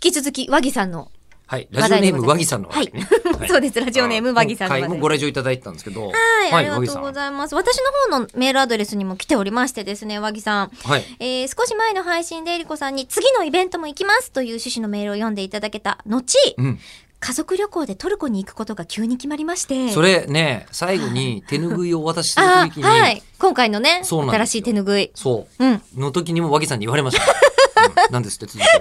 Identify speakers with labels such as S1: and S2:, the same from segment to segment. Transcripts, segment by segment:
S1: き続き和木さんの
S2: はい、ラ
S1: 話
S2: ジオ
S1: 題
S2: ネ
S1: で
S2: ー
S1: ございます
S2: ム和木さんの話ね、
S1: はい そうですラジオネーム和木さんの話
S2: 回もご来場いただいてたんですけど、
S1: はい、あり
S2: 和
S1: が
S2: 木
S1: と
S2: さ
S1: うんございます。私の方のメールアドレスにも来ておりましてですね、和木さん。
S2: はい
S1: えー少し前の配信でえりこさんに次のイベントも行きますという趣旨のメールを読んでいただけた後、
S2: うん、
S1: 家族旅行でトルコに行くことが急に決まりまして。
S2: それね、最後に手拭いをお渡しする
S1: あー
S2: 時に、
S1: はい。今回のね、
S2: そうなんです
S1: 新しい
S2: よ
S1: 手拭い。
S2: そ
S1: うん。
S2: う、の時にも和木さんに言わ れました。うん、なんですって続きは。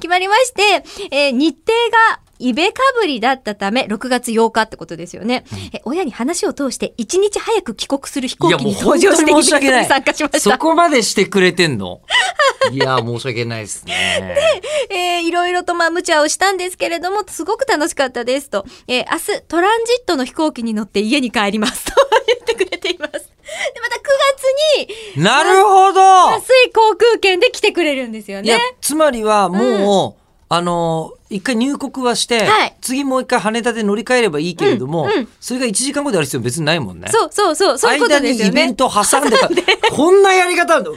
S1: 決まりまして、えー日程がイベかぶりだったため、6月8日ってことですよね。え親に話を通して、1日早く帰国する飛行機に搭乗してイベントに参加しまし
S2: そ
S1: た。
S2: こまでしてくれて んの。いや、申し訳ないですね。
S1: えーいろいろとまあ無茶をしたんですけれども、すごく楽しかったですと。えー明日トランジットの飛行機に乗って家に帰りますと 言ってくれています。で、また9月に、
S2: なるほ
S1: 安
S2: ど
S1: い航空券で来てくれるんですよ
S2: いや
S1: ね。、
S2: つまりはもう、あの、一回入国はして、
S1: はい
S2: 次もう一回羽田で乗り換えればいいけれども、
S1: うんうん
S2: それが1時間後である必要別にないもんね。
S1: そうそうそう、そういうこと
S2: 間
S1: で
S2: に
S1: す
S2: イ
S1: よ
S2: ベ
S1: ね
S2: ン。ト挟んでた。こんなやり 方あるの。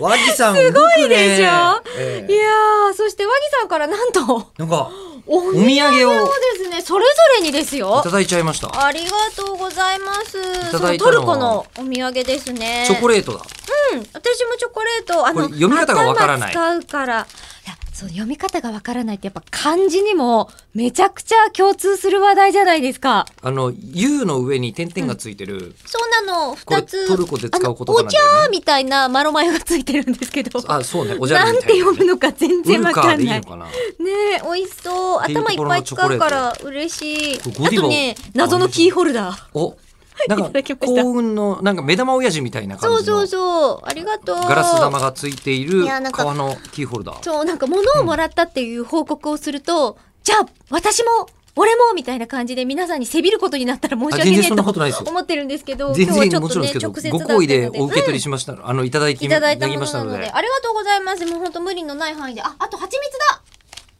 S2: 和木さん、すご
S1: いいでしょ、
S2: え
S1: い
S2: え
S1: やー、そして和木さんからなんと、
S2: なんか、
S1: お土
S2: お土
S1: 産
S2: 産
S1: を
S2: を
S1: ですね、それぞれにです
S2: い
S1: よ
S2: た。だいちゃいました。
S1: ありがとうございます。そ
S2: ただ
S1: の
S2: いた
S1: ト
S2: の
S1: ルコのお土産ですね。
S2: チョコレートだ。
S1: うん、私もチョコレート、あの、
S2: これ読み方がわからない
S1: 頭使うから。いや、そう、読み方がわからないって、やっぱ漢字にも、めちゃくちゃ共通する話題じゃないですか。
S2: あの、U の上に点々がついてる。
S1: そうなの、
S2: これ
S1: 二つ。
S2: トルコで使う言葉なんだよね
S1: あのお茶みたいなマロマヨがついてるんですけど。
S2: あ、そうね。おじゃ
S1: な
S2: る
S1: ん
S2: みた
S1: て
S2: いな、
S1: 読む
S2: ね。
S1: のか全
S2: ウ
S1: 然
S2: ル
S1: わ
S2: カ
S1: か
S2: ーで
S1: ん
S2: いい
S1: ない。
S2: の
S1: ね
S2: かな。
S1: え、美味しそう。
S2: っていうと
S1: 頭い
S2: こ
S1: っ
S2: ろ
S1: ぱ
S2: の
S1: い
S2: チ
S1: 使
S2: ョコレ
S1: う
S2: ート
S1: から嬉しい。あ
S2: これゴディバ
S1: とね、謎のキーホルダー。
S2: お、なん
S1: いた
S2: か
S1: だきました
S2: 幸運のなんか目玉親父みたいな
S1: そ
S2: 感
S1: う
S2: じ
S1: そう
S2: の
S1: そう。ありがとう。
S2: ガラス玉がついている
S1: いやなんか
S2: 革のキーホルダー。
S1: そう、なんか物をもらったっていう報告をすると、じゃあ、私も、俺もみたいな感じで皆さんにせびることになったら申し訳
S2: あ全
S1: ね
S2: 然
S1: え
S2: そんなことないです
S1: と
S2: よ
S1: 思ってるんですけど、
S2: 全
S1: 今日はち
S2: 然
S1: ょ
S2: も
S1: っ
S2: ち
S1: と
S2: ろん
S1: ね、
S2: ですけど、
S1: 直接
S2: ご
S1: だった
S2: 好意で
S1: ので、
S2: お受け取
S1: うん
S2: りしましたの、あのいただいて
S1: い
S2: い
S1: ただいたも
S2: だきま
S1: の
S2: した
S1: な
S2: の
S1: の
S2: で
S1: で、。ありがとうございます。もう本当無理のない範囲で。あ、あと蜂蜜だ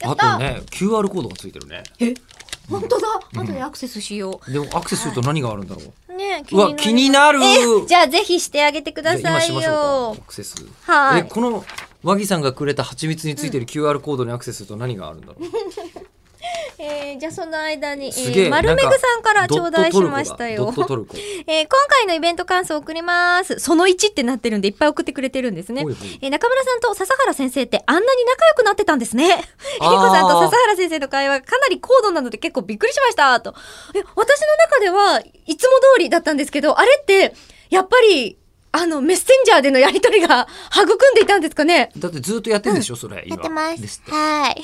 S1: や
S2: あ
S1: った、
S2: とね、QR コードがついてるね。
S1: 本当だ後でアクセスしよ
S2: でもアクセスすると何があるんだろう。
S1: う。ね
S2: うわ、気になる。
S1: え、じゃあぜひしてあげてくだ
S2: じゃあ今
S1: さ
S2: し
S1: い
S2: ましょう
S1: よ
S2: か。。アクセス。
S1: はい
S2: え、この和木さんがくれた蜂蜜についてる QR コードにアクセスすると何があるんだろう。
S1: えーじゃあその間に、え
S2: すげえ。
S1: ー、丸めぐさんから
S2: ドッ
S1: 頂
S2: ト
S1: 戴
S2: ト
S1: し
S2: ルコだ
S1: ました
S2: ド
S1: よ
S2: ッ。トトルコ。
S1: えー今回のイベント感想を送ります。その1ってなってるんでいっぱい送ってくれてるんですね
S2: ほいほい。
S1: えー中村さんと笹原先生ってあんなに仲良くなってたんですね。えり
S2: あー
S1: こさんと笹原先生の会話かなり高度なので結構びっくりしました。と。え私の中ではいつも通りだったんですけど、あれってやっぱりあのメッセンジャーでのやりとりが育んでいたんですかね
S2: だってずっとやってんでしょ、それ。
S1: や
S2: 今
S1: ってます
S2: ですって。
S1: はい。